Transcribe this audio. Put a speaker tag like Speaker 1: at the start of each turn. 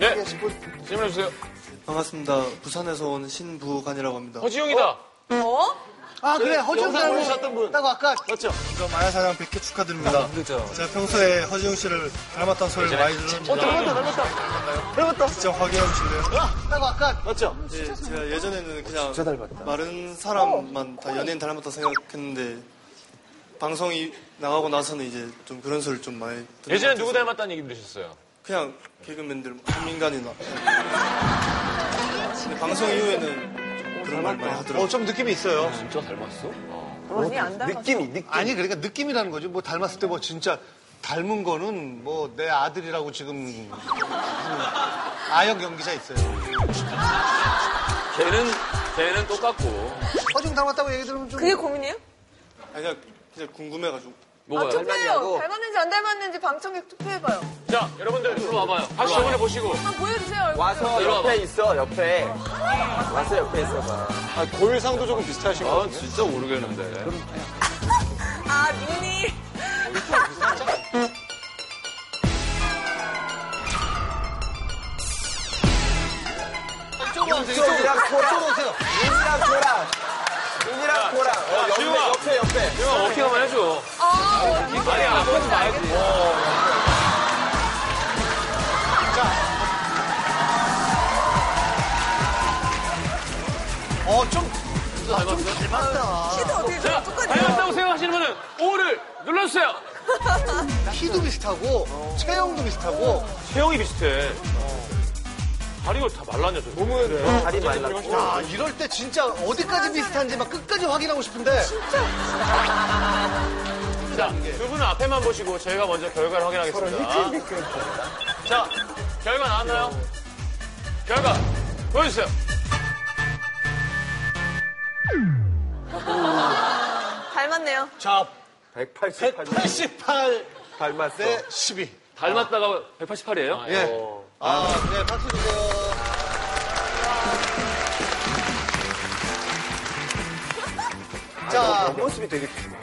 Speaker 1: 예. 질문해주세요.
Speaker 2: 반갑습니다. 부산에서 온 신부관이라고 합니다.
Speaker 1: 허지웅이다.
Speaker 3: 어?
Speaker 4: 아 그래 허지웅
Speaker 1: 영상 보내셨던
Speaker 4: 닮고
Speaker 1: 분.
Speaker 4: 딱 아까
Speaker 2: 먼저 마야사장 100회 축하드립니다.
Speaker 1: 그렇죠.
Speaker 2: 제가 평소에 허지웅 씨를 닮았다는 소리를 많이 들었는데. 어, 닮았다, 닮았다. 닮았다. 진짜 확인해 주실래요?
Speaker 4: 딱 아까
Speaker 2: 네, 제가 예전에는 그냥 마른 사람만 다 연예인 닮았다 생각했는데 방송이 나가고 나서는 이제 좀 그런 소리를 좀 많이 듣는
Speaker 1: 예전에
Speaker 2: 것 같아서
Speaker 1: 누구 닮았다는 얘기 들으셨어요?
Speaker 2: 그냥 개그맨들 뭐, 한민간이나 근데 방송 이후에는 좀 그런 말 많이 하더라고요.
Speaker 5: 좀 느낌이 있어요.
Speaker 1: 진짜 닮았어?
Speaker 3: 아니 안 닮았어.
Speaker 5: 아니 그러니까 느낌이라는 거죠. 뭐 닮았을 때 뭐 진짜 닮은 거는 뭐 내 아들이라고 지금 아역 연기자 있어요.
Speaker 1: 걔는 걔는 똑같고
Speaker 5: 허중 닮았다고 얘기 들으면 좀
Speaker 3: 그게 고민이에요?
Speaker 2: 아니, 그냥, 그냥 궁금해가지고.
Speaker 3: 아
Speaker 6: 어,
Speaker 1: 뭐가요?
Speaker 3: 투표해요. 닮았는지 안 닮았는지 방청객 투표해봐요.
Speaker 1: 자 여러분들 들어 아, 와봐요. 다시 저번에 보시고
Speaker 3: 한번 보여주세요 얼굴.
Speaker 6: 와서
Speaker 1: 일로 와봐.
Speaker 6: 옆에 있어, 옆에. 와서 옆에 있어봐.
Speaker 5: 고일상도 조금 비슷하신 거.
Speaker 1: 아 진짜 모르겠는데.
Speaker 3: 아 눈이.
Speaker 6: 윤이랑 소라. 윤이랑 소라. 윤이랑 소라. 어, 옆에,
Speaker 1: 지우아.
Speaker 6: 옆에, 옆에.
Speaker 1: 형
Speaker 3: 네.
Speaker 1: 어떻게 한번 해줘.
Speaker 3: 아 얼굴.
Speaker 1: 아니 아버지 말고.
Speaker 3: 네.
Speaker 5: 어좀
Speaker 3: 키도 어떻게
Speaker 1: 자
Speaker 3: 저랑 똑같아요?
Speaker 1: 닮았다고 생각하시는 분은 O를 눌러주세요.
Speaker 5: 키도 비슷하고 체형도 비슷하고
Speaker 1: 체형이 비슷해. 어. 다리가 다 말랐냐 저. 몸은
Speaker 6: 다리 말라.
Speaker 5: 야 아, 이럴 때 진짜 어디까지 비슷한지 막 끝까지 확인하고 싶은데
Speaker 1: 자두 분은 앞에만 보시고 저희가 먼저 결과를 확인하겠습니다. 자 결과 나왔나요? 결과 보여주세요.
Speaker 3: 닮았네요.
Speaker 6: 188.
Speaker 5: 18
Speaker 6: 닮았어.
Speaker 5: 대 12.
Speaker 1: 닮았다가 188이에요?
Speaker 5: 예. 아, 네, 박수 주세요. 자,
Speaker 6: 모습이 되게